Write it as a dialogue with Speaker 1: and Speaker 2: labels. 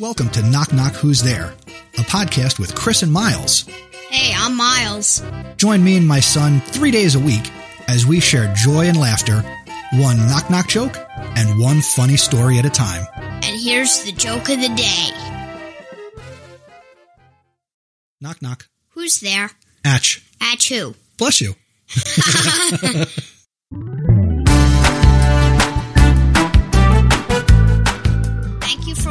Speaker 1: welcome to Knock Knock Who's There, a podcast with Chris and Miles.
Speaker 2: Hey, I'm Miles.
Speaker 1: Join me and my son three days a week as we share joy and laughter, one knock knock joke, and one funny story at a time.
Speaker 2: And here's the joke of the day.
Speaker 1: Knock knock.
Speaker 2: Who's there?
Speaker 1: Atch.
Speaker 2: At who?
Speaker 1: Bless you.
Speaker 2: Thank you for